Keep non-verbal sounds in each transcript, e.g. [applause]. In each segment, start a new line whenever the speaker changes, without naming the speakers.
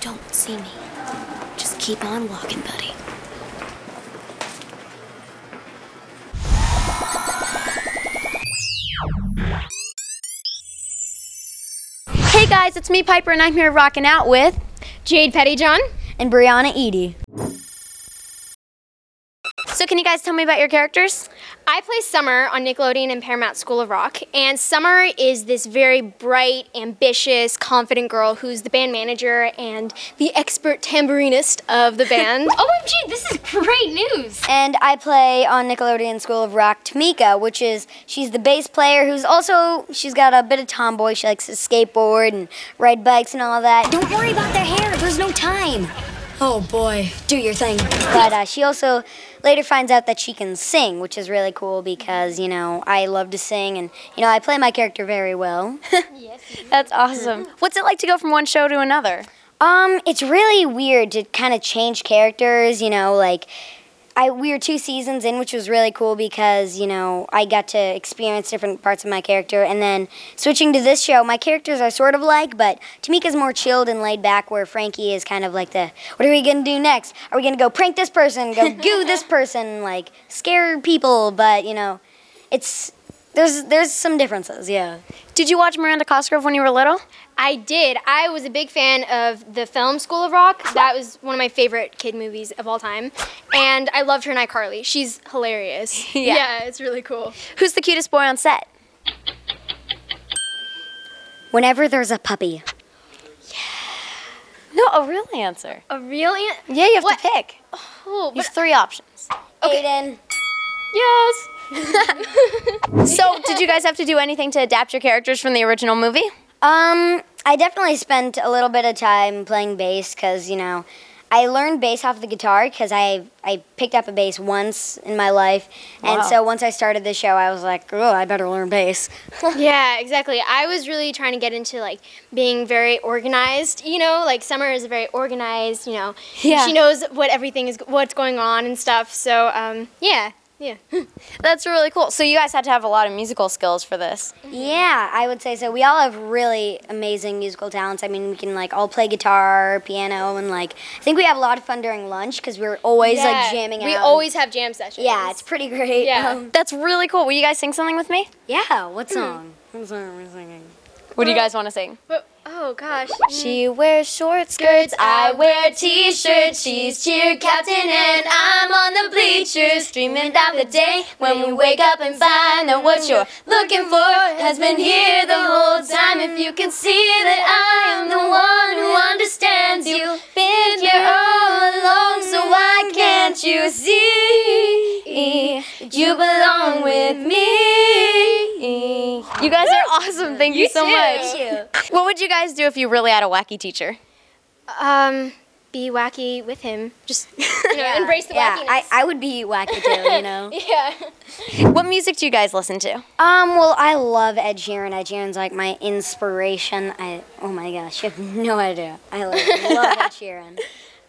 don't see me. Just keep on walking, buddy.
Hey guys, it's me, Piper, and I'm here rocking out with Jade Pettyjohn and Brianna Edie. So, can you guys tell me about your characters?
I play Summer on Nickelodeon and Paramount School of Rock, and Summer is this very bright, ambitious, confident girl who's the band manager and the expert tambourinist of the
[laughs]
band.
OMG, this is great news!
And I play on Nickelodeon School of Rock Tamika, which is she's the bass player who's also she's got a bit of tomboy. She likes to skateboard and ride bikes and all that.
Don't worry about their hair. There's no time.
Oh boy, do your thing.
But uh, she also later finds out that she can sing, which is really cool because you know I love to sing and you know I play my character very well.
That's awesome. What's it like to go from one show to another?
Um, it's really weird to kind of change characters, you know, like I we were two seasons in, which was really cool because, you know, I got to experience different parts of my character and then switching to this show, my characters are sort of like, but Tamika's more chilled and laid back where Frankie is kind of like the what are we going to do next? Are we going to go prank this person, go goo this person, like scare people, but, you know, it's there's there's some differences, yeah.
Did you watch Miranda Cosgrove when you were little?
I did. I was a big fan of the film School of Rock. That was one of my favorite kid movies of all time. And I loved her in iCarly. She's
[laughs]
hilarious.
Yeah.
yeah, it's really cool.
Who's the cutest boy on set?
Whenever there's a puppy.
No, a real answer.
A real ant?
Yeah, you have
What?
to pick.
Oh,
There's three options.
Aiden
[laughs]
[laughs]
yes.
So, did you guys have to do anything to adapt your characters from the original movie?
Um, I definitely spent a little bit of time playing bass because you know, I learned bass off the guitar because I I picked up a bass once in my life, and so once I started the show, I was like, oh, I better learn bass.
Yeah, exactly. I was really trying to get into like being very organized. You know, like Summer is very organized. You know,
Yeah.
she knows what everything is, what's going on and stuff. So um, yeah, yeah.
That's really cool. So, you guys had to have a lot of musical skills for this.
Yeah, I would say so. We all have really amazing musical talents. I mean, we can like all play guitar, piano, and like I think we have a lot of fun during lunch because we're always
Yeah,
like jamming
We
out.
always have jam sessions.
yeah, it's pretty great. Um,
Yeah. Hmm.
That's really cool. Will you guys sing something with me?
yeah. What song? What song are we singing?
What do
Uh,
you guys want to sing?
But- oh gosh.
She wears short skirts, I wear t-shirts. She's cheer captain and I'm on the bleachers, dreaming about the day when we wake up and find out what you're looking for. Has been here the whole time. If you can see that I am the one who understands you, been here all along, so why can't you see? You belong with me. You guys are awesome. Thank you, so much. What would you guys do if you really had a wacky teacher?
Um, be wacky with him. [laughs] Just you know, embrace the
Yeah,
wackiness.
I, I would be wacky too, you know.
yeah.
What music do you guys listen to?
Um, well, I love Ed Sheeran. Ed Sheeran's like my inspiration. I oh my gosh, you have no idea. I like, love Ed
[laughs]
Sheeran.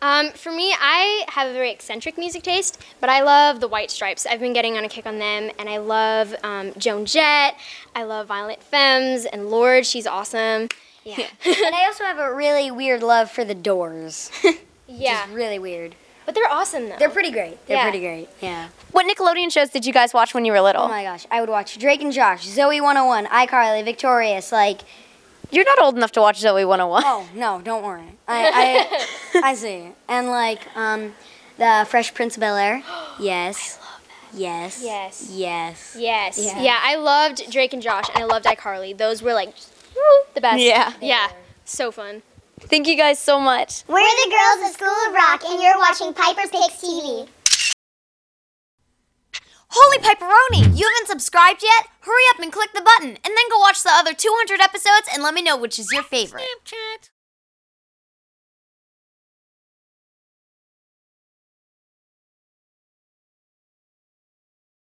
Um, for me, I have a very eccentric music taste, but I love the White Stripes. I've been getting on a kick on them, and I love um, Joan Jett. I love Violet Femmes, and Lord, she's awesome.
and I also have a really weird love for the Doors.
Yeah,
Really weird.
but they're awesome though.
They're pretty great. They're
Yeah.
pretty great. Yeah.
What Nickelodeon shows did you guys watch when you were little?
Oh my gosh, I would watch Drake and Josh, Zoe 101, iCarly, Victorious. Like,
You're not old enough to watch Zoe 101.
oh no, don't worry. I
[laughs]
I, I see. And like, um, the Fresh Prince of Bel
[gasps]
Air. Yes. Yes.
Yes.
Yes.
yes,
Yeah.
yeah. I loved Drake and Josh, and I loved iCarly. Those were like the best.
Yeah.
yeah, so fun.
Thank you guys so much.
We're the girls of School of Rock, and you're watching Piper Picks TV.
Holy Piperoni! You haven't subscribed yet? Hurry up and click the button, and then go watch the other 200 episodes and let me know which is your favorite. Snapchat.